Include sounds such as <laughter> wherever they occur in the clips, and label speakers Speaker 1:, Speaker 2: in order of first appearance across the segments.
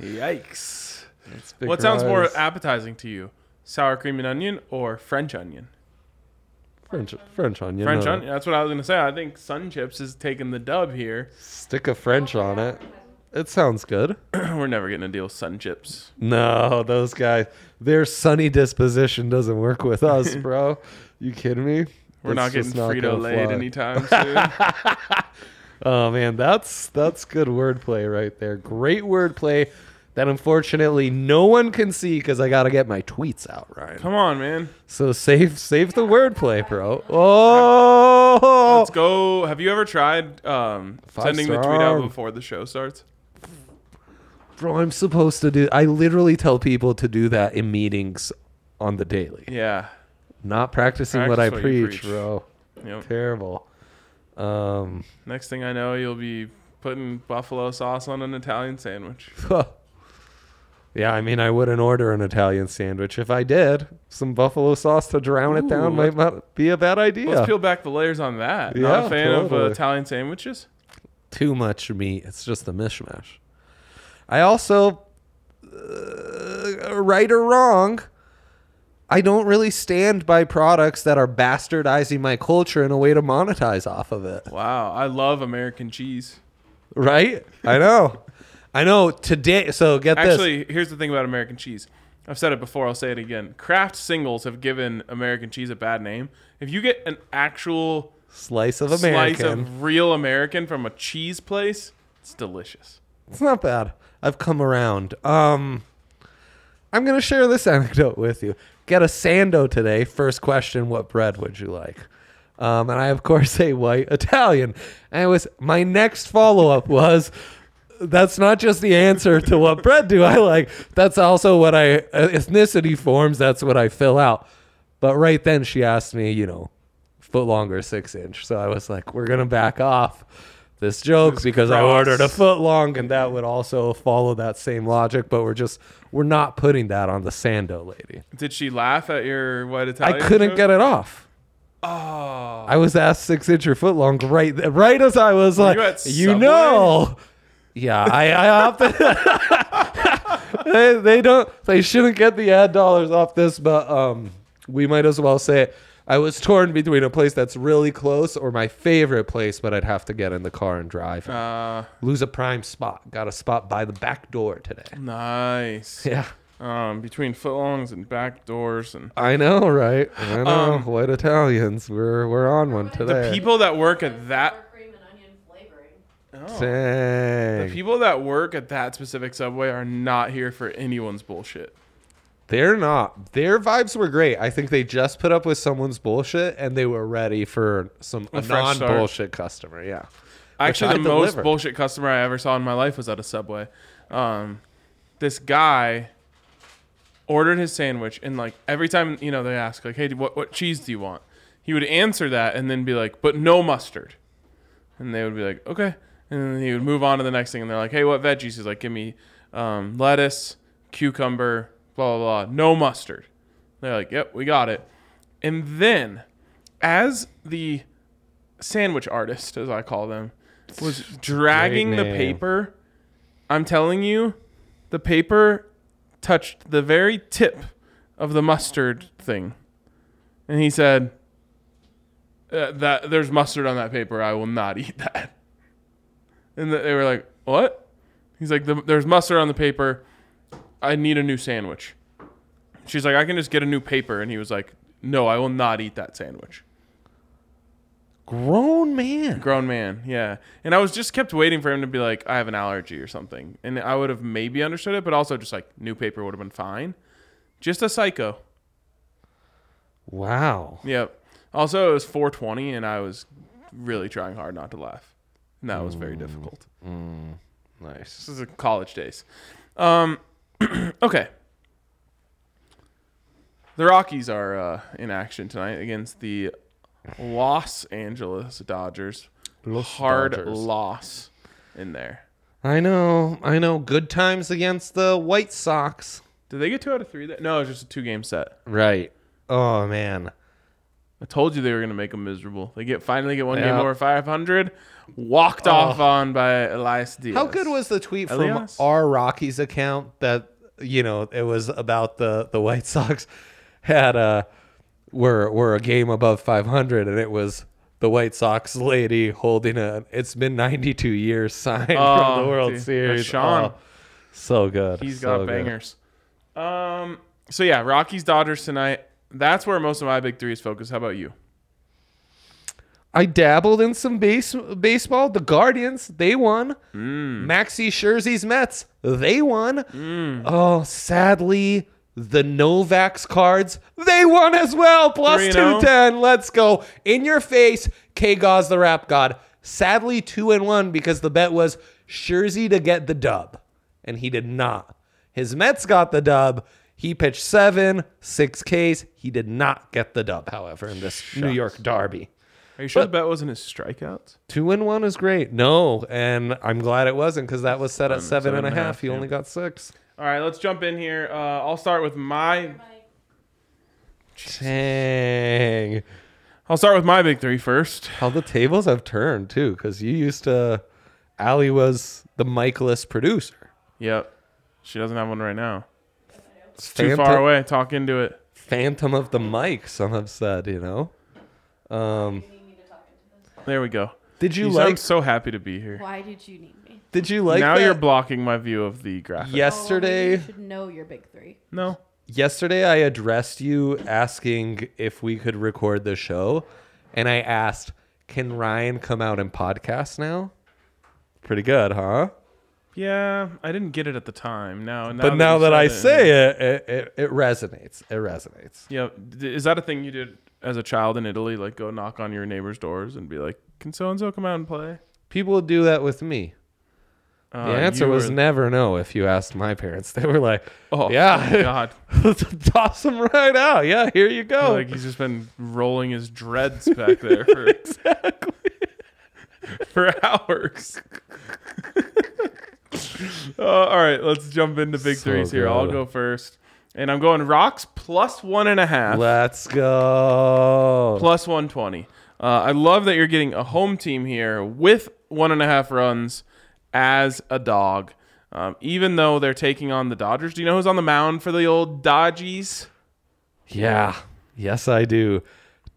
Speaker 1: Yikes.
Speaker 2: It's big
Speaker 3: What sounds more
Speaker 2: rise.
Speaker 3: appetizing to you, sour cream and onion or French onion?
Speaker 2: French French onion?
Speaker 3: French
Speaker 2: uh,
Speaker 3: onion. That's what I was gonna say. I think Sun Chips is taking the dub here. <clears throat>
Speaker 2: Stick a French on it. It sounds good.
Speaker 3: We're never getting a deal with Sun Chips.
Speaker 2: No, those guys, their sunny disposition doesn't work with
Speaker 3: <laughs>
Speaker 2: us, bro. You kidding me?
Speaker 3: We're
Speaker 2: It's
Speaker 3: not getting
Speaker 2: just gonna
Speaker 3: Frito Laid
Speaker 2: fly. <laughs>
Speaker 3: anytime soon.
Speaker 2: Oh man, that's that's good wordplay right there. Great wordplay that unfortunately no one can see because I gotta get my tweets out, Ryan.
Speaker 3: Come on, man.
Speaker 2: So save save the wordplay, bro. Oh,
Speaker 3: Let's go. Have you ever tried um,
Speaker 2: Five
Speaker 3: sending the tweet
Speaker 2: star.
Speaker 3: out before the show starts?
Speaker 2: bro. I'm supposed to do. I literally tell people to do that in meetings on the daily.
Speaker 3: Yeah.
Speaker 2: Not practicing what I
Speaker 3: Practice what you
Speaker 2: preach,
Speaker 3: preach.
Speaker 2: bro.
Speaker 3: Yep.
Speaker 2: Terrible. Um, <laughs>
Speaker 3: Next thing I know, you'll be putting buffalo sauce on an Italian sandwich.
Speaker 2: yeah, I mean, I wouldn't order an Italian sandwich if I did. Some buffalo sauce to drown it down
Speaker 3: Ooh,
Speaker 2: might not be a bad idea.
Speaker 3: Let's peel back the layers on that. Not
Speaker 2: Yeah,
Speaker 3: a fan of uh,
Speaker 2: totally.
Speaker 3: Italian sandwiches.
Speaker 2: Too much meat. It's just a mishmash. I also, uh, right or wrong, I don't really stand by products that are bastardizing my culture in a way to monetize off of it.
Speaker 3: Wow, I love American cheese.
Speaker 2: Right? I know. I know today. So get this.
Speaker 3: Actually, here's the thing about American cheese. I've said it before, I'll say it again. Kraft singles have given American cheese a bad name. If you get an actual
Speaker 2: slice of American.
Speaker 3: slice of real American from a cheese place, it's delicious.
Speaker 2: It's not bad. I've come around. Um, I'm gonna share this <laughs> anecdote with you. Get a sando today. First question: What bread would you like? Um, and I of course <laughs> say white Italian. And it was my next follow up was. That's not just the answer to what bread do I like. That's also what I uh, ethnicity forms. That's what I fill out. But right then she asked me, you know, foot longer, six inch. So I was like, we're gonna back off this joke because I
Speaker 3: cross.
Speaker 2: ordered a foot long, and that would also follow that same logic. But we're just we're not putting that on the sando lady.
Speaker 3: Did she laugh at your white
Speaker 2: I
Speaker 3: Italian?
Speaker 2: couldn't
Speaker 3: joke?
Speaker 2: get it off.
Speaker 3: Oh,
Speaker 2: I was asked six inch or foot long right th- right as I was like,
Speaker 3: you at
Speaker 2: you,
Speaker 3: Subway?"
Speaker 2: know. Yeah, I, I opted. <laughs> they, they don't. They shouldn't get the ad dollars off this, but um, we might as well say it. I was torn between a place that's really close or my favorite place, but I'd have to get in the car and drive.
Speaker 3: uh,
Speaker 2: Lose a prime spot. Got a spot by the back door today.
Speaker 3: nice.
Speaker 2: Yeah,
Speaker 3: Um, between footlongs and back doors and
Speaker 2: I know, right? I know. White Italians, we're we're on one today.
Speaker 3: Um, the people that work at that.
Speaker 4: Sour cream and onion flavoring.
Speaker 3: Oh. The
Speaker 2: Dang.
Speaker 3: people that work at that specific subway are not here for anyone's bullshit.
Speaker 2: They're not. Their vibes were great. I think they just put up with someone's bullshit and they were ready for some
Speaker 3: A
Speaker 2: a
Speaker 3: fresh start.
Speaker 2: non-bullshit customer. Yeah.
Speaker 3: Actually,
Speaker 2: I
Speaker 3: the most
Speaker 2: deliver.
Speaker 3: bullshit customer I ever saw in my life was at a subway. Um, this guy ordered his sandwich, and like every time you know they ask like, "Hey, what what cheese do you want?" He would answer that, and then be like, "But no mustard," and they would be like, "Okay," and then he would move on to the next thing, and they're like, "Hey, what veggies?" He's like, "Give me um, lettuce, cucumber, blah blah blah, no mustard." They're like, "Yep, we got it." And then, as the sandwich artist, as I call them, was dragging
Speaker 2: Great
Speaker 3: the
Speaker 2: name.
Speaker 3: paper. I'm telling you, the paper touched the very tip of the mustard thing. And he said, uh, "That there's mustard on that paper. I will not <laughs> eat that." And th- they were like, "What?" He's like, "The- "There's mustard on the paper. I need a new sandwich." She's like, "I can just get a new paper." And he was like, "No, I will not eat that sandwich."
Speaker 2: Grown man.
Speaker 3: Grown man, yeah. And I was just kept waiting for him to be like, I have an allergy or something. And I would have maybe understood it, but also just like new paper would have been fine. Just a psycho.
Speaker 2: Wow.
Speaker 3: Yep. Also, it was 420 and I was really trying hard not to laugh. And that was very difficult.
Speaker 2: Nice.
Speaker 3: This is a college days. Um, <clears throat> okay. The Rockies are uh, in action tonight against the Los Angeles Dodgers.
Speaker 2: Los
Speaker 3: Hard
Speaker 2: Dodgers.
Speaker 3: loss in there.
Speaker 2: I know. I know. Good times against the White Sox.
Speaker 3: Did they get two out of three? That no, it was just a two game set.
Speaker 2: Right. Oh man.
Speaker 3: I told you they were gonna make them miserable. They get finally get one game
Speaker 2: Yeah. Oh.
Speaker 3: over 500, walked off on by Elias Diaz.
Speaker 2: How good was the tweet from
Speaker 3: Elias?
Speaker 2: our Rockies account that you know it was about the the White Sox had a were were a game above 500 and it was the White Sox lady holding a it's been 92 years sign from
Speaker 3: Oh,
Speaker 2: the World
Speaker 3: dude.
Speaker 2: Series.
Speaker 3: Sean.
Speaker 2: Oh, so good.
Speaker 3: He's got
Speaker 2: so good.
Speaker 3: bangers. Um. So yeah, Rockies Dodgers tonight. That's where most of my big three is focused. How about you?
Speaker 2: I dabbled in some base baseball. The Guardians, they won. Maxi Scherzer's Mets, they won. Oh, sadly, the Novak's cards, they won as well. Plus
Speaker 3: 3-0.
Speaker 2: 210. Let's go. In your face, K Gauze the rap god. Sadly, two and one because the bet was Scherzer to get the dub. And he did not. His Mets got the dub. He pitched seven, six Ks. He did not get the dub, however, in this New York derby.
Speaker 3: Are you sure the bet wasn't his strikeouts?
Speaker 2: Two and one is great. No, and I'm glad it wasn't because that was set at seven and a half. He only got six.
Speaker 3: All right, let's jump in here. Uh, I'll start with my.
Speaker 4: Like,
Speaker 2: Dang.
Speaker 3: I'll start with my big three first.
Speaker 2: How the tables have turned too, because you used to. Allie was the micless producer.
Speaker 3: Yep. She doesn't have one right now.
Speaker 2: It's
Speaker 3: Too far away. Talk into it.
Speaker 2: Phantom of the mic. Some have said, you know. Um,
Speaker 4: you need me to talk into this.
Speaker 3: There we go.
Speaker 2: did you
Speaker 3: You sound
Speaker 2: like?
Speaker 3: so happy to be here.
Speaker 4: Why did you need me?
Speaker 2: Did you like?
Speaker 3: now
Speaker 2: that
Speaker 3: you're blocking my view of the graphic.
Speaker 2: yesterday.
Speaker 4: Oh, you should know your big three.
Speaker 3: No.
Speaker 2: yesterday I addressed you asking if we could record the show, and I asked, "Can Ryan come out and podcast now?" Pretty good, huh?
Speaker 3: Yeah, I didn't get it at the time. Now, now
Speaker 2: but now
Speaker 3: you
Speaker 2: that
Speaker 3: said
Speaker 2: I say it, it, it, it resonates. It resonates.
Speaker 3: yeah, d- is that a thing you did as a child in Italy? Like, go knock on your neighbors' doors and be like, "Can so and so come out and play?"
Speaker 2: People would do that with me.
Speaker 3: Uh,
Speaker 2: The answer
Speaker 3: you
Speaker 2: was
Speaker 3: were-
Speaker 2: never no. If you asked my parents, <laughs> they were like,
Speaker 3: Oh, <laughs>
Speaker 2: yeah. <laughs>
Speaker 3: God.
Speaker 2: "Toss them right out." Yeah, here you go.
Speaker 3: Like he's just been rolling his dreads back there
Speaker 2: <laughs>
Speaker 3: for <laughs>
Speaker 2: exactly.
Speaker 3: for hours. <laughs> Uh, all right, let's jump into big
Speaker 2: So
Speaker 3: threes here. I'll
Speaker 2: good.
Speaker 3: go first, and I'm going rocks plus one and a half,
Speaker 2: Let's go.
Speaker 3: plus one twenty. Uh, I love that you're getting a home team here with one and a half runs as a dog. Um, even though they're taking on the Dodgers, do you know who's on the mound for the old Dodgies?
Speaker 2: Yeah. Yes, I do.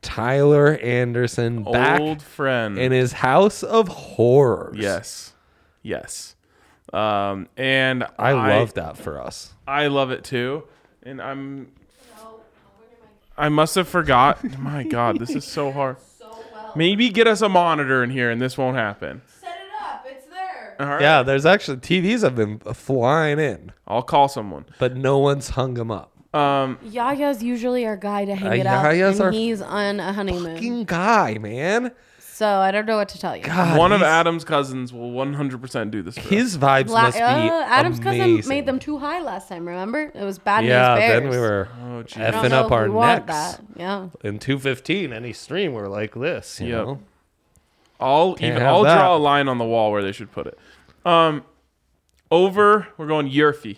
Speaker 2: Tyler Anderson back
Speaker 3: Old friend.
Speaker 2: in his house of horrors.
Speaker 3: yes, yes. Um, and
Speaker 2: I, love that for us.
Speaker 3: I love it too, and I'm
Speaker 4: No, we're doing
Speaker 3: I must have forgot. <laughs> My God, this is so hard.
Speaker 4: so well.
Speaker 3: Maybe get us a monitor in here, and this won't happen.
Speaker 4: Set it up. It's there.
Speaker 3: All right.
Speaker 2: Yeah, there's actually TVs have been flying in,
Speaker 3: I'll call someone.
Speaker 2: but no one's hung them up.
Speaker 3: Um,
Speaker 4: Yaya's usually our guy to hang
Speaker 2: Uh,
Speaker 4: it out,
Speaker 2: Yaya's
Speaker 4: and
Speaker 2: our
Speaker 4: he's on a honeymoon.
Speaker 2: Fucking guy, man.
Speaker 4: so I don't know what to tell you.
Speaker 2: God,
Speaker 3: one of
Speaker 2: he's-
Speaker 3: Adam's cousins will 100% do this. For us.
Speaker 2: his vibes
Speaker 4: La-
Speaker 2: must be
Speaker 4: uh, Adam's
Speaker 2: amazing.
Speaker 4: cousin made them too high last time. Remember, it was bad
Speaker 2: Yeah,
Speaker 4: news bears.
Speaker 2: then we were
Speaker 3: Oh, geez.
Speaker 4: I don't
Speaker 2: effing
Speaker 4: know
Speaker 2: up
Speaker 4: if
Speaker 2: our
Speaker 4: we want
Speaker 2: necks.
Speaker 4: That. Yeah.
Speaker 2: In 215, any stream, we're like this. You
Speaker 3: Yep.
Speaker 2: know?
Speaker 3: I'll
Speaker 2: Can't
Speaker 3: even
Speaker 2: have
Speaker 3: I'll
Speaker 2: that.
Speaker 3: draw a line on the wall where they should put it. Um, over. We're going Yerfi.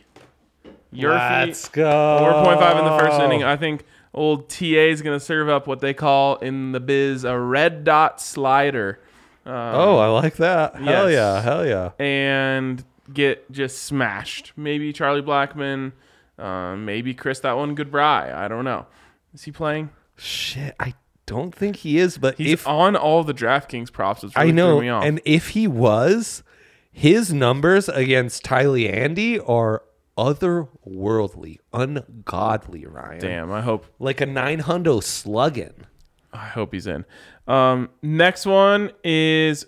Speaker 2: Let's
Speaker 3: Yerfi.
Speaker 2: go.
Speaker 3: 4.5 in the first
Speaker 2: Oh.
Speaker 3: inning. I think old TA is going to serve up what they call in the biz a red dot slider. Um,
Speaker 2: Oh, I like that. Hell
Speaker 3: Yes.
Speaker 2: yeah. Hell yeah.
Speaker 3: and get just smashed. Maybe Charlie Blackman, uh, maybe Chris that one Goodbye. I don't know. Is he playing?
Speaker 2: Shit, I don't think he is, but
Speaker 3: He's
Speaker 2: if
Speaker 3: on all the DraftKings props. It's really
Speaker 2: I know,
Speaker 3: threw me off.
Speaker 2: and if he was, his numbers against Tylee Andy are otherworldly, ungodly, Ryan.
Speaker 3: Damn, I hope
Speaker 2: Like a nine hundo slugging.
Speaker 3: I hope he's in. Um, next one is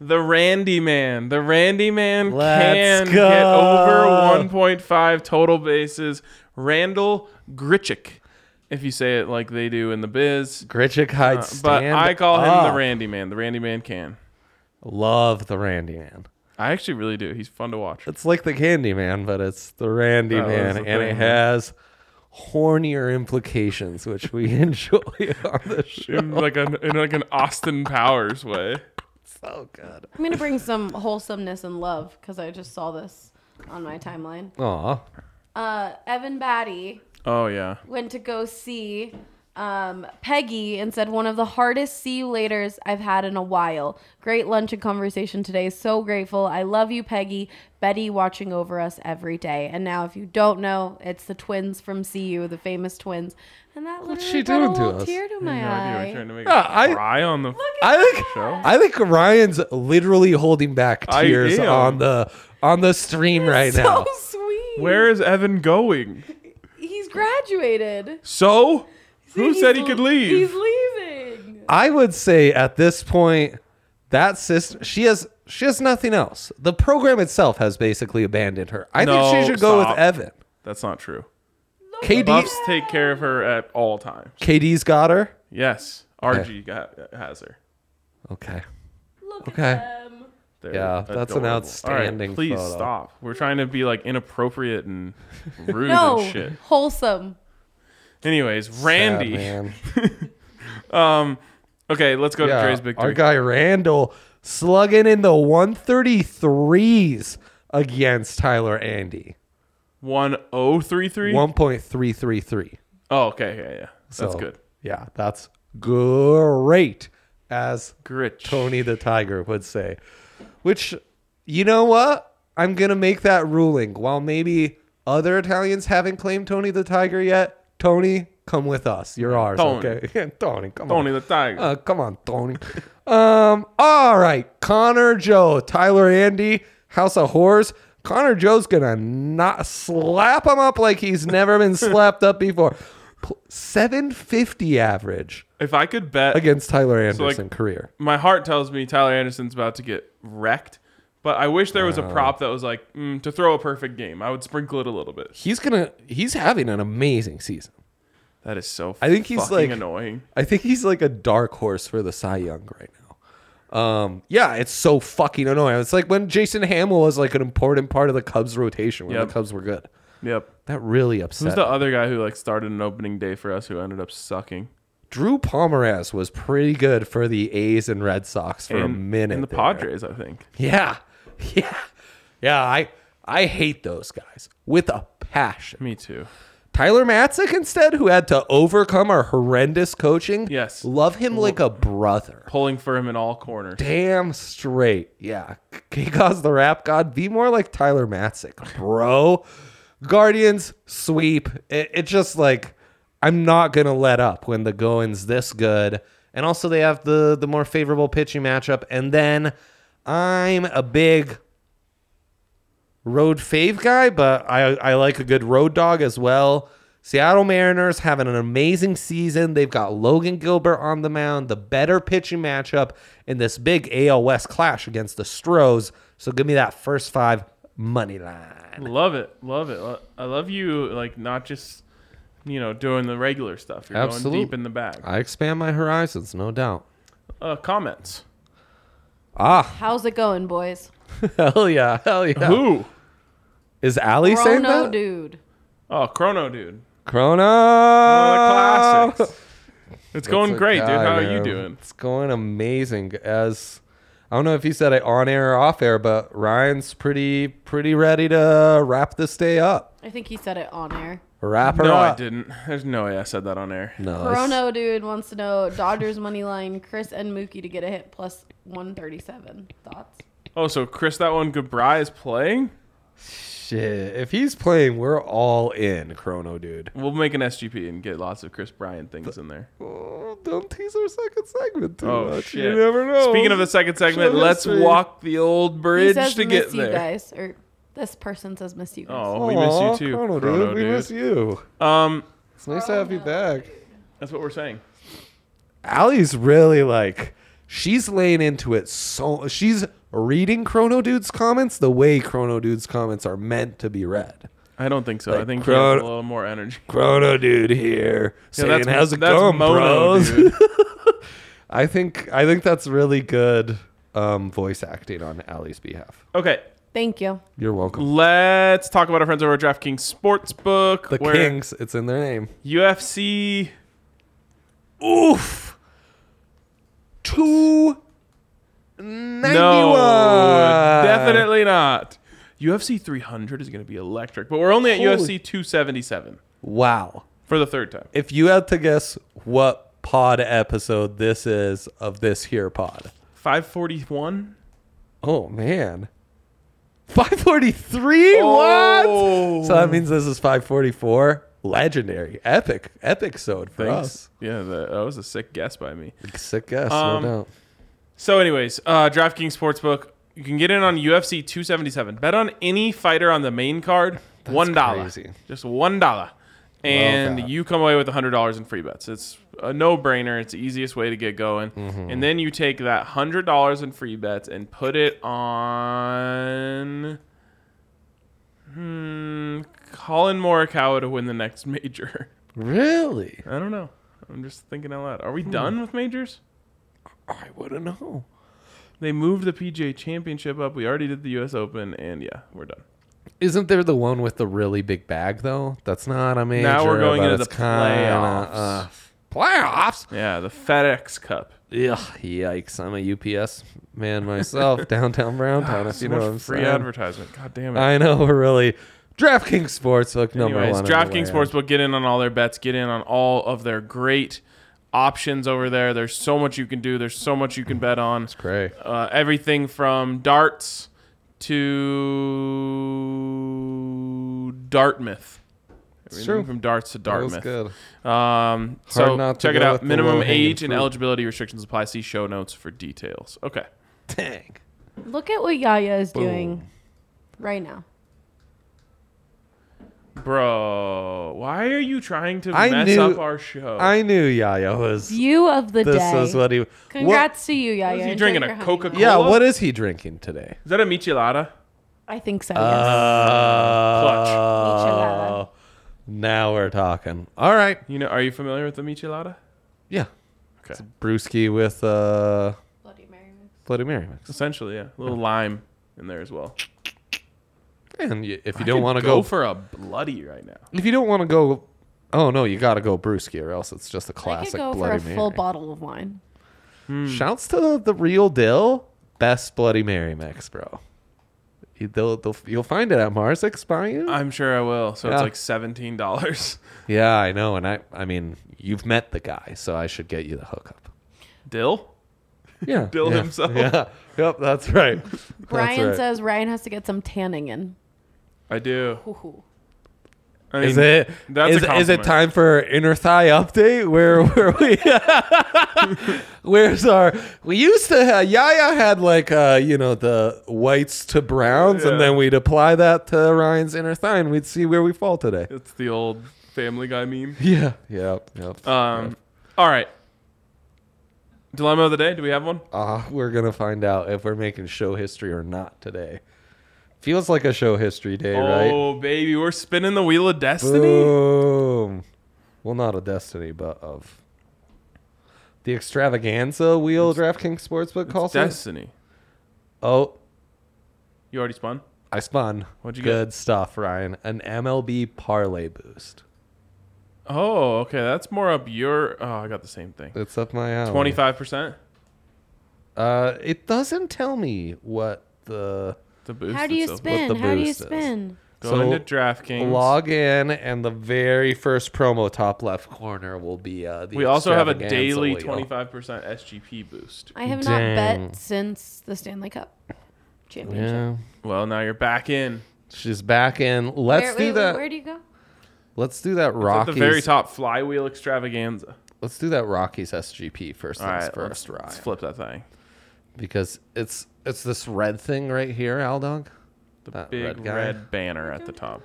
Speaker 3: the Randy Man. The Randy Man
Speaker 2: Let's
Speaker 3: can get
Speaker 2: go.
Speaker 3: over 1.5 total bases. Randall Grichik, if you say it like they do in the biz.
Speaker 2: Gritchick Hyde
Speaker 3: Uh, but I call him the Randy Man. The Randy Man can.
Speaker 2: Love the Randy Man.
Speaker 3: I actually really do. He's fun to watch.
Speaker 2: It's like the Candy Man, but it's the Randy
Speaker 3: That was
Speaker 2: Man,
Speaker 3: the
Speaker 2: and it
Speaker 3: thing.
Speaker 2: has hornier implications, which we <laughs> enjoy on the
Speaker 3: <laughs>
Speaker 2: show.
Speaker 3: In like an in like an Austin Powers way.
Speaker 2: So good.
Speaker 4: I'm gonna bring some wholesomeness and love because I just saw this on my timeline.
Speaker 2: Aw.
Speaker 4: Uh, Evan Batty
Speaker 3: Oh yeah.
Speaker 4: went to go see um, Peggy and said, One of the hardest see you laters I've had in a while. Great lunch and conversation today. So grateful. I love you, Peggy. Betty watching over us every day. And now, if you don't know, it's the twins from CU, the famous twins. And that literally
Speaker 2: What's
Speaker 4: she
Speaker 2: she
Speaker 4: brought
Speaker 2: doing
Speaker 4: a
Speaker 2: to
Speaker 4: little
Speaker 2: us?
Speaker 4: tear to
Speaker 3: I
Speaker 4: my
Speaker 3: have no idea. Are you
Speaker 4: eye.
Speaker 3: trying to make
Speaker 2: Yeah,
Speaker 3: us
Speaker 2: I-
Speaker 3: cry on the
Speaker 2: I think
Speaker 3: show?
Speaker 2: I think Ryan's literally holding back
Speaker 3: I
Speaker 2: tears
Speaker 3: am.
Speaker 2: on the on the stream right
Speaker 4: so
Speaker 2: now.
Speaker 4: sweet.
Speaker 3: Where is Evan going?
Speaker 4: He's graduated.
Speaker 3: So, who
Speaker 4: He's
Speaker 3: said he
Speaker 4: l-
Speaker 3: could
Speaker 4: He's
Speaker 3: leave?
Speaker 4: leaving.
Speaker 2: I would say at this point that sister she has she has nothing else. The program itself has basically abandoned her. I think
Speaker 3: No,
Speaker 2: she should go
Speaker 3: stop.
Speaker 2: with Evan.
Speaker 3: That's not true.
Speaker 2: KD
Speaker 3: Buffs take care of her at all times.
Speaker 2: KD's got her.
Speaker 3: Yes, RG got, has her.
Speaker 2: Okay.
Speaker 4: Look
Speaker 2: Okay.
Speaker 4: at them.
Speaker 3: They're
Speaker 2: Yeah, that's an
Speaker 3: adorable.
Speaker 2: outstanding
Speaker 3: please
Speaker 2: photo.
Speaker 3: stop. We're trying to be like inappropriate
Speaker 4: <laughs>
Speaker 3: and rude
Speaker 4: No,
Speaker 3: and shit.
Speaker 4: wholesome.
Speaker 3: Anyways, Randy.
Speaker 2: Sad man.
Speaker 3: okay, let's go
Speaker 2: Yeah,
Speaker 3: to Dre's big
Speaker 2: our
Speaker 3: three.
Speaker 2: guy Randall slugging in the 133s against Tyler Andy.
Speaker 3: One oh three three.
Speaker 2: 1.333.
Speaker 3: Oh, okay, yeah, yeah. That's
Speaker 2: So,
Speaker 3: good.
Speaker 2: Yeah, that's great, as
Speaker 3: Grit.
Speaker 2: Tony the Tiger would say. Which, you know what? I'm going to make that ruling. While maybe other Italians haven't claimed Tony the Tiger yet, Tony, come with us. You're ours,
Speaker 3: Tony.
Speaker 2: okay? <laughs> Tony, come on.
Speaker 3: Tony the Tiger.
Speaker 2: Uh, come on, Tony. um, all right, Connor Joe, Tyler Andy, House of Horrors. Connor Joe's gonna not slap him up like he's never <laughs> been slapped up before. Pl- 750 average
Speaker 3: if I could bet,
Speaker 2: against Tyler
Speaker 3: like-
Speaker 2: Anderson career.
Speaker 3: my heart tells me Tyler Anderson's about to get wrecked. But I wish there was a prop that was like mm, to throw a perfect game. I would sprinkle it a little bit.
Speaker 2: He's gonna he's having an amazing season.
Speaker 3: That is so.
Speaker 2: I think he's,
Speaker 3: fucking
Speaker 2: like-
Speaker 3: annoying.
Speaker 2: I think he's like a dark horse for the Cy Young right now. Um, yeah, it's so fucking annoying. It's like when Jason Hamill was like an important part of the Cubs rotation when
Speaker 3: Yep.
Speaker 2: the Cubs were good.
Speaker 3: Yep.
Speaker 2: That really upset.
Speaker 3: Who's the other guy who like started an opening day for us who ended up sucking
Speaker 2: Drew Pomeranz was pretty good for the A's and Red Sox for a
Speaker 3: And-
Speaker 2: minute.
Speaker 3: and the
Speaker 2: there.
Speaker 3: Padres? I think.
Speaker 2: Yeah. <laughs> Yeah. Yeah, I I hate those guys with a passion.
Speaker 3: Me too.
Speaker 2: Tyler Matzik instead, who had to overcome our horrendous coaching.
Speaker 3: Yes.
Speaker 2: Love him like a brother.
Speaker 3: Pulling for him in all corners.
Speaker 2: Damn straight. Yeah. Kikos the rap god, be more like Tyler Matzik, bro. Guardians, sweep. It, it's just like, I'm not going to let up when the going's this good. And also, they have the, the more favorable pitching matchup. And then I'm a big road fave guy, but I, I like a good road dog as well. Seattle Mariners having an amazing season. They've got Logan Gilbert on the mound, the better pitching matchup in this big AL West clash against the Stros. So give me that first five money line.
Speaker 3: Love it. Love it. Lo- I love you like not just you know doing the regular stuff. You're
Speaker 2: Absolute.
Speaker 3: going deep in the bag.
Speaker 2: I expand my horizons, no doubt.
Speaker 3: Uh, comments.
Speaker 2: Ah, <laughs>
Speaker 4: How's it going, boys?
Speaker 2: hell yeah, hell yeah.
Speaker 3: Who?
Speaker 2: Is Ali saying
Speaker 4: Chrono
Speaker 2: that?
Speaker 4: dude.
Speaker 3: Oh, Chrono dude.
Speaker 2: Chrono.
Speaker 3: One of the classics. Oh. It's going
Speaker 2: That's a
Speaker 3: great, dude.
Speaker 2: guy,
Speaker 3: How are you
Speaker 2: man.
Speaker 3: doing?
Speaker 2: It's going amazing. As I don't know if you said it on air or off air, but Ryan's pretty pretty ready to wrap this day up.
Speaker 4: I think he said it on air.
Speaker 2: Wrap her
Speaker 3: No, I
Speaker 2: up.
Speaker 3: didn't. There's no way I said that on air.
Speaker 2: No, it's-
Speaker 4: Chrono dude wants to know Dodgers money line, Chris and Mookie to get a hit plus 137. Thoughts?
Speaker 3: Oh, so Chris, that one Gabri is playing.
Speaker 2: Shit, if he's playing, we're all in, Chrono, dude.
Speaker 3: We'll make an SGP and get lots of Chris Bryant things in there.
Speaker 2: Oh, don't tease our second segment too
Speaker 3: Oh
Speaker 2: much.
Speaker 3: shit!
Speaker 2: You never know.
Speaker 3: Speaking of the second segment,
Speaker 2: Show
Speaker 3: let's
Speaker 2: history.
Speaker 3: walk the old
Speaker 4: He
Speaker 3: bridge
Speaker 4: says
Speaker 3: to
Speaker 4: miss
Speaker 3: get
Speaker 4: you
Speaker 3: there.
Speaker 4: guys. Or this person says miss you guys.
Speaker 3: Oh, we miss you too,
Speaker 2: Aw, Chrono,
Speaker 3: Chrono,
Speaker 2: dude. We
Speaker 3: dude.
Speaker 2: miss you.
Speaker 3: Um,
Speaker 2: It's nice to have you back.
Speaker 3: that's what we're saying.
Speaker 2: Allie's really like she's laying into it so she's reading Chrono Dude's comments the way Chrono Dude's comments are meant to be read.
Speaker 3: I don't think so. I
Speaker 2: Like,
Speaker 3: think he
Speaker 2: Chrono-
Speaker 3: has a little more energy.
Speaker 2: Chrono Dude here saying
Speaker 3: that's-
Speaker 2: how's it
Speaker 3: that's
Speaker 2: going,
Speaker 3: mono,
Speaker 2: bros?
Speaker 3: dude.
Speaker 2: <laughs> I think I think that's really good um, voice acting on Allie's behalf.
Speaker 3: Okay,
Speaker 4: Thank you.
Speaker 2: You're welcome.
Speaker 3: let's talk about our friends over at DraftKings Sportsbook.
Speaker 2: The
Speaker 3: where
Speaker 2: Kings, it's in their name.
Speaker 3: UFC
Speaker 2: Oof. Two ninety-one.
Speaker 3: No, definitely not. UFC 300 is going to be electric, but we're only at
Speaker 2: Holy-
Speaker 3: UFC 277
Speaker 2: Wow.
Speaker 3: for the third time.
Speaker 2: if you had to guess what pod episode this is of this here pod.
Speaker 3: 541.
Speaker 2: Oh man. 543?
Speaker 3: Oh.
Speaker 2: What? So that means this is 544. Legendary. Epic. Epic sode for
Speaker 3: Thanks. Yeah, that, that was a sick guess by me.
Speaker 2: us. Sick guess,
Speaker 3: Um,
Speaker 2: no doubt.
Speaker 3: So, anyways, uh, DraftKings Sportsbook. You can get in on UFC 277. Bet on any fighter on the main card. One dollar,
Speaker 2: crazy.
Speaker 3: just one dollar, and
Speaker 2: that.
Speaker 3: you come away with hundred dollars in free bets. It's a no-brainer. It's the easiest way to get going. And then you take that hundred dollars in free bets and put it on. Hmm, Colin Morikawa to win the next <laughs> major.
Speaker 2: Really?
Speaker 3: I don't know. I'm just thinking out loud. Are we done with majors?
Speaker 2: I wouldn't know.
Speaker 3: They moved the PGA Championship up. We already did the U.S. Open, and yeah, we're done.
Speaker 2: Isn't there the one with the really big bag though? That's not a major.
Speaker 3: Now we're going
Speaker 2: but
Speaker 3: into
Speaker 2: it's
Speaker 3: the
Speaker 2: kinda, uh, playoffs.
Speaker 3: Yeah, the FedEx Cup.
Speaker 2: Ugh, yikes! I'm a UPS
Speaker 3: <laughs>
Speaker 2: man myself, downtown Browntown. if
Speaker 3: Ah, So
Speaker 2: you know
Speaker 3: much
Speaker 2: what I'm
Speaker 3: free
Speaker 2: saying.
Speaker 3: advertisement. God damn it.
Speaker 2: I know we're really DraftKings Sportsbook number
Speaker 3: Anyways,
Speaker 2: one.
Speaker 3: DraftKings
Speaker 2: Sports.
Speaker 3: Sportsbook, get in on all their bets. Get in on all of their great options over there. There's so much you can do. There's so much you can bet on.
Speaker 2: Great.
Speaker 3: Uh, everything from darts to Dartmouth. Everything
Speaker 2: true.
Speaker 3: From darts to
Speaker 2: That was
Speaker 3: Dartmouth.
Speaker 2: good.
Speaker 3: Um, so
Speaker 2: not to
Speaker 3: check it
Speaker 2: go
Speaker 3: out.
Speaker 2: with the
Speaker 3: Minimum
Speaker 2: low-hanging
Speaker 3: age and
Speaker 2: fruit.
Speaker 3: eligibility restrictions apply. See show notes for details. Okay.
Speaker 2: Dang.
Speaker 4: Look at what Yaya is doing
Speaker 2: Boom.
Speaker 4: right now.
Speaker 3: Bro, why are you trying to
Speaker 2: I
Speaker 3: mess
Speaker 2: knew-
Speaker 3: up our show?
Speaker 2: I knew Yaya was.
Speaker 4: View of the
Speaker 2: This
Speaker 4: day.
Speaker 2: is what he.
Speaker 4: Congrats to you, Yaya.
Speaker 3: What is he
Speaker 4: Enjoy
Speaker 3: drinking, a
Speaker 4: your honeymoon.
Speaker 2: What,
Speaker 3: Coca-Cola?
Speaker 2: yeah. What is he drinking today?
Speaker 3: Is that a michelada?
Speaker 4: I think so.
Speaker 2: Uh, Now we're talking. All right.
Speaker 3: You know, are you familiar with the michelada?
Speaker 2: Yeah.
Speaker 3: Okay.
Speaker 2: Brewski with uh,
Speaker 4: yes. Bloody Mary.
Speaker 2: Bloody Mary mix.
Speaker 3: Essentially, yeah. A little lime in there as well.
Speaker 2: And y- if
Speaker 3: I
Speaker 2: you don't
Speaker 3: could
Speaker 2: want to go,
Speaker 3: for a bloody right now.
Speaker 2: if you don't want to go, oh no, you got to go Brewski or else it's just a classic
Speaker 4: I could go
Speaker 2: Bloody
Speaker 4: for a
Speaker 2: Mary.
Speaker 4: full bottle of wine.
Speaker 3: Hmm.
Speaker 2: Shouts to the real Dill, best Bloody Mary mix, bro. You, they'll, they'll, you'll find it at Marzix by you.
Speaker 3: I'm sure I will. So
Speaker 2: Yeah.
Speaker 3: it's like seventeen dollars. <laughs>
Speaker 2: yeah, I know, and I I mean you've met the guy, so I should get you
Speaker 3: <laughs>
Speaker 2: the hookup.
Speaker 3: Dill?
Speaker 2: Yeah,
Speaker 3: Dill
Speaker 2: yeah,
Speaker 3: himself.
Speaker 2: <laughs> Yeah, yep, that's right.
Speaker 4: Brian
Speaker 2: that's right.
Speaker 4: says Ryan has to get some tanning in.
Speaker 3: I do.
Speaker 4: Hoo-hoo.
Speaker 3: I
Speaker 2: Is
Speaker 3: mean,
Speaker 2: it
Speaker 3: that's a
Speaker 2: is, is it
Speaker 3: compliment.
Speaker 2: time for our inner thigh update? Where where we? <laughs> where's our? We used to have Yaya had like uh you know the whites to browns,
Speaker 3: Yeah.
Speaker 2: and then we'd apply that to Ryan's inner thigh, and we'd see where we
Speaker 3: <laughs>
Speaker 2: fall today.
Speaker 3: It's the old Family Guy meme.
Speaker 2: Yeah, yeah, yeah.
Speaker 3: Um, all right. Dilemma of the day. Do we have one?
Speaker 2: Uh, we're gonna find out if we're making show history or not today. Feels like a show history day, right?
Speaker 3: Oh baby, we're spinning the wheel of destiny.
Speaker 2: Boom. Well, not a destiny, but of the extravaganza wheel DraftKings Sportsbook calls it.
Speaker 3: Destiny.
Speaker 2: Oh,
Speaker 3: You already spun.
Speaker 2: I spun.
Speaker 3: What'd you get?
Speaker 2: Good stuff, Ryan. An MLB parlay boost.
Speaker 3: Oh, okay. That's more up your. Oh, I got the same thing.
Speaker 2: It's up my alley.
Speaker 3: Twenty five percent.
Speaker 2: Uh, it doesn't tell me what the
Speaker 3: The boost.
Speaker 4: How do you
Speaker 3: itself.
Speaker 4: spin?
Speaker 2: the
Speaker 4: How do you
Speaker 2: boost is.
Speaker 4: spin?
Speaker 3: Go
Speaker 2: So,
Speaker 3: into DraftKings.
Speaker 2: log in, and the very first promo top left corner will be uh. The
Speaker 3: we also have a
Speaker 2: extravaganza
Speaker 3: daily
Speaker 2: wheel.
Speaker 3: twenty five percent SGP boost.
Speaker 4: I have
Speaker 2: Dang.
Speaker 4: not bet since the Stanley Cup championship.
Speaker 2: Yeah,
Speaker 3: Well, now you're back in.
Speaker 2: she's back in. Let's
Speaker 4: where,
Speaker 2: do
Speaker 4: wait, wait,
Speaker 2: that.
Speaker 4: Where do you go?
Speaker 2: Let's do that.
Speaker 3: It's
Speaker 2: Rockies.
Speaker 3: At the very top, flywheel extravaganza.
Speaker 2: Let's do that Rockies SGP first
Speaker 3: All
Speaker 2: things
Speaker 3: right, let's,
Speaker 2: first, Ryan.
Speaker 3: let's flip that thing.
Speaker 2: Because it's it's this red thing right here, Aldog.
Speaker 3: The
Speaker 2: That
Speaker 3: big
Speaker 2: red
Speaker 3: red,
Speaker 2: guy.
Speaker 3: banner at the top.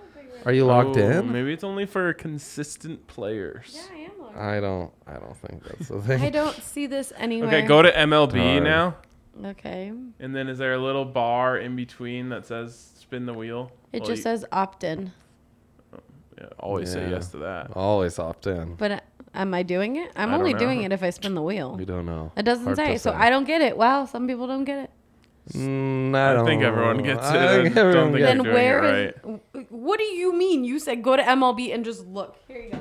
Speaker 2: Are you logged
Speaker 3: Oh,
Speaker 2: in?
Speaker 3: Maybe it's only for consistent players.
Speaker 4: Yeah, I am. looking.
Speaker 2: I don't I don't think that's
Speaker 4: <laughs>
Speaker 2: the thing.
Speaker 4: I don't see this anywhere.
Speaker 3: Okay, go to MLB
Speaker 2: Darn.
Speaker 3: now,
Speaker 4: Okay.
Speaker 3: and then is there a little bar in between that says spin the wheel?
Speaker 4: It
Speaker 3: Well,
Speaker 4: just
Speaker 3: you-
Speaker 4: says opt in.
Speaker 3: yeah, always
Speaker 2: Yeah.
Speaker 3: say yes to that.
Speaker 2: <laughs> Always opt
Speaker 4: <laughs>
Speaker 2: in.
Speaker 4: But uh, am I doing it? I'm
Speaker 3: I don't
Speaker 4: only
Speaker 3: know.
Speaker 4: doing it if I spin the wheel.
Speaker 2: We don't know.
Speaker 4: It doesn't
Speaker 2: Hard to
Speaker 4: say, so I don't get it. Wow, some people don't get it.
Speaker 2: Mm, I,
Speaker 3: I think
Speaker 2: don't
Speaker 3: everyone
Speaker 2: know.
Speaker 3: gets it.
Speaker 2: I
Speaker 3: I
Speaker 2: think
Speaker 3: don't
Speaker 2: everyone
Speaker 3: think
Speaker 2: gets
Speaker 3: You're
Speaker 4: Then
Speaker 3: doing
Speaker 4: where is?
Speaker 3: it
Speaker 4: w- What do you mean? You said go to MLB and just look. Here you go.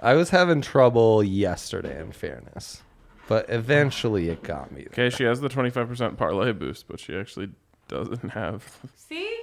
Speaker 2: I was having trouble yesterday, in fairness, but eventually it got me.
Speaker 3: Okay, she has the 25% parlay boost, but she <laughs> actually doesn't have.
Speaker 4: See?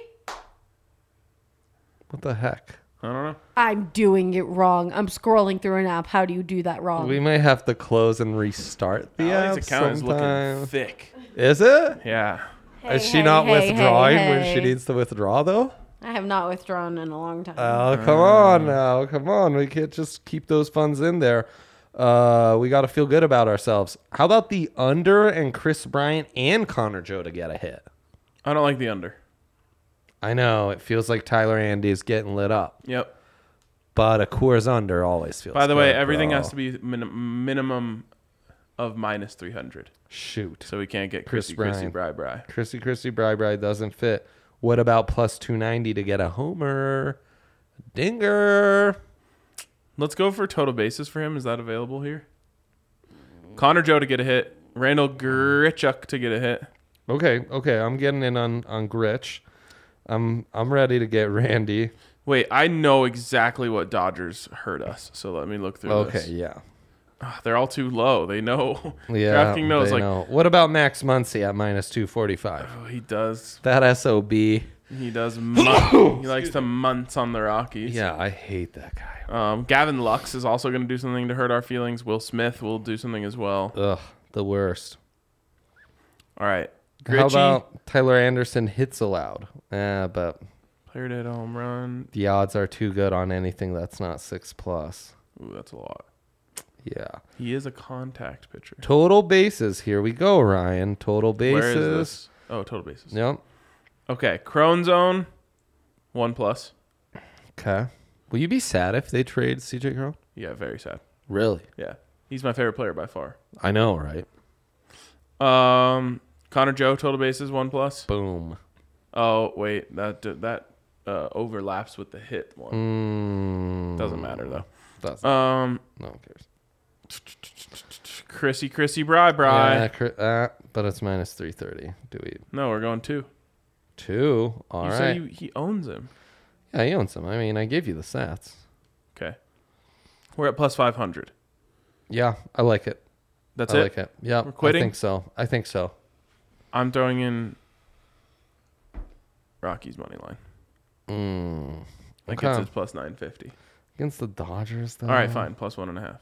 Speaker 2: What the heck?
Speaker 3: I don't know.
Speaker 4: I'm doing it wrong. I'm scrolling through an app. How do you do that wrong?
Speaker 2: We may have to close and restart the app
Speaker 3: Ali's account is
Speaker 2: sometime.
Speaker 3: looking thick.
Speaker 2: Is it?
Speaker 3: Yeah.
Speaker 4: Hey,
Speaker 2: is she
Speaker 4: hey,
Speaker 2: not
Speaker 4: hey,
Speaker 2: withdrawing
Speaker 4: hey,
Speaker 2: when she
Speaker 4: hey.
Speaker 2: needs to withdraw though?
Speaker 4: I have not withdrawn in a long time.
Speaker 2: Oh, come on now. Come on. We can't just keep those funds in there. Uh, we got to feel good about ourselves. How about the under and Chris Bryant and Connor Joe to get a hit?
Speaker 3: I don't like the under.
Speaker 2: I know it feels like Tyler Andy is getting lit up,
Speaker 3: Yep.
Speaker 2: but a Coors under always feels.
Speaker 3: By the way,
Speaker 2: good,
Speaker 3: everything
Speaker 2: bro.
Speaker 3: has to be min- minimum of minus 300.
Speaker 2: shoot.
Speaker 3: So we can't get
Speaker 2: Chris
Speaker 3: Chrissy, Chrissy, Bri,
Speaker 2: Bryant.
Speaker 3: Bri.
Speaker 2: Chrissy Chrissy Bry Bry doesn't fit. What about plus two ninety to get a homer? Dinger.
Speaker 3: Let's go for total bases for him. Is that available here? Connor Joe to get a hit. Randall Grichuk to get a hit.
Speaker 2: Okay, okay, I'm getting in on on Gritch. I'm I'm ready to get Randy.
Speaker 3: Wait, I know exactly what Dodgers hurt us. So let me look through
Speaker 2: Okay,
Speaker 3: this.
Speaker 2: yeah.
Speaker 3: Ah, they're all too low. They know.
Speaker 2: <laughs> Yeah.
Speaker 3: DraftKings knows,
Speaker 2: they
Speaker 3: like,
Speaker 2: know. what about Max Muncy at minus 245?
Speaker 3: oh, he does.
Speaker 2: That SOB.
Speaker 3: He
Speaker 2: <coughs>
Speaker 3: does. Mun- he likes to munts on the Rockies.
Speaker 2: Yeah, I hate that guy.
Speaker 3: Um, Gavin Lux is also going to do something to hurt our feelings. Will Smith will do something as well.
Speaker 2: Ugh, the worst.
Speaker 3: All right.
Speaker 2: How
Speaker 3: Gritchie,
Speaker 2: about Tyler Anderson hits allowed? Eh, but
Speaker 3: player did a home run.
Speaker 2: the odds are too good on anything that's not six plus.
Speaker 3: Ooh, that's a lot.
Speaker 2: Yeah.
Speaker 3: He is a contact pitcher.
Speaker 2: Total bases. Here we go, Ryan. Total bases.
Speaker 3: Where is this? Oh, total bases.
Speaker 2: Yep.
Speaker 3: Okay, Crone Zone, one plus.
Speaker 2: Okay. Will you be sad if they trade CJ Crone?
Speaker 3: Yeah, very sad.
Speaker 2: Really?
Speaker 3: Yeah, he's my favorite player by far.
Speaker 2: I know, right?
Speaker 3: Um, Connor Joe, total bases, one plus.
Speaker 2: Boom.
Speaker 3: Oh wait, that that uh, overlaps with the hit one.
Speaker 2: Mm,
Speaker 3: Doesn't matter though.
Speaker 2: Doesn't.
Speaker 3: Um,
Speaker 2: no one cares.
Speaker 3: Chrissy, Chrissy, Bri, Bri.
Speaker 2: Yeah, cr- uh, but it's minus 330. Do we?
Speaker 3: No, we're going two.
Speaker 2: Two. All
Speaker 3: you
Speaker 2: right.
Speaker 3: say you, he owns him.
Speaker 2: yeah, he owns them. I mean, I gave you the stats.
Speaker 3: Okay, we're at plus five hundred.
Speaker 2: Yeah, I like it.
Speaker 3: That's
Speaker 2: I
Speaker 3: it.
Speaker 2: like it. Yeah.
Speaker 3: We're quitting?
Speaker 2: I think so. I think so.
Speaker 3: I'm throwing in Rocky's money line.
Speaker 2: Mm.
Speaker 3: Like
Speaker 2: Okay. Uh-huh.
Speaker 3: it's, it's plus nine fifty.
Speaker 2: Against the Dodgers, though.
Speaker 3: All right, fine. Plus one and a half.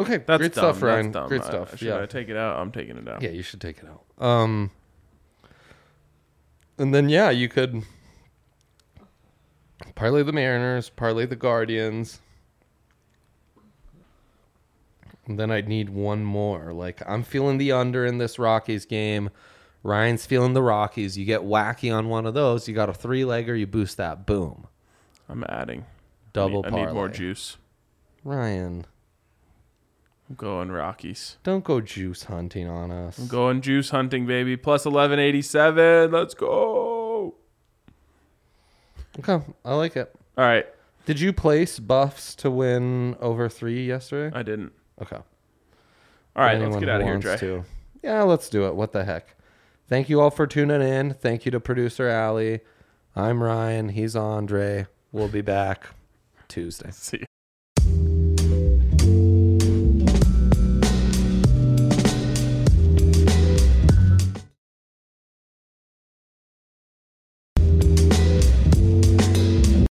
Speaker 2: Okay,
Speaker 3: That's
Speaker 2: great
Speaker 3: dumb.
Speaker 2: stuff, Ryan.
Speaker 3: That's dumb.
Speaker 2: Great
Speaker 3: I-
Speaker 2: stuff.
Speaker 3: should
Speaker 2: yeah.
Speaker 3: I take it out? I'm taking it out.
Speaker 2: yeah, you should take it out. Um, and then yeah, you could parlay the Mariners, parlay the Guardians. And then I'd need one more. Like I'm feeling the under in this Rockies game. Ryan's feeling the Rockies. You get wacky on one of those. You got a three legger. You boost that. Boom.
Speaker 3: I'm adding.
Speaker 2: Double
Speaker 3: I need, I need more
Speaker 2: parlay.
Speaker 3: juice.
Speaker 2: Ryan,
Speaker 3: I'm going Rockies.
Speaker 2: don't go juice hunting on us.
Speaker 3: I'm going juice hunting, baby. Plus 1187. Let's go. All
Speaker 2: Okay, I like it.
Speaker 3: right.
Speaker 2: Did you place buffs to win over three yesterday?
Speaker 3: I didn't.
Speaker 2: Okay.
Speaker 3: All Uh, right. let's
Speaker 2: For anyone
Speaker 3: get
Speaker 2: who
Speaker 3: out of here,
Speaker 2: wants
Speaker 3: Dre.
Speaker 2: to. Yeah, let's do it. What the heck? Thank you all for tuning in. Thank you to producer Allie. I'm Ryan. He's Andre. We'll be back Tuesday.
Speaker 3: <laughs> See ya.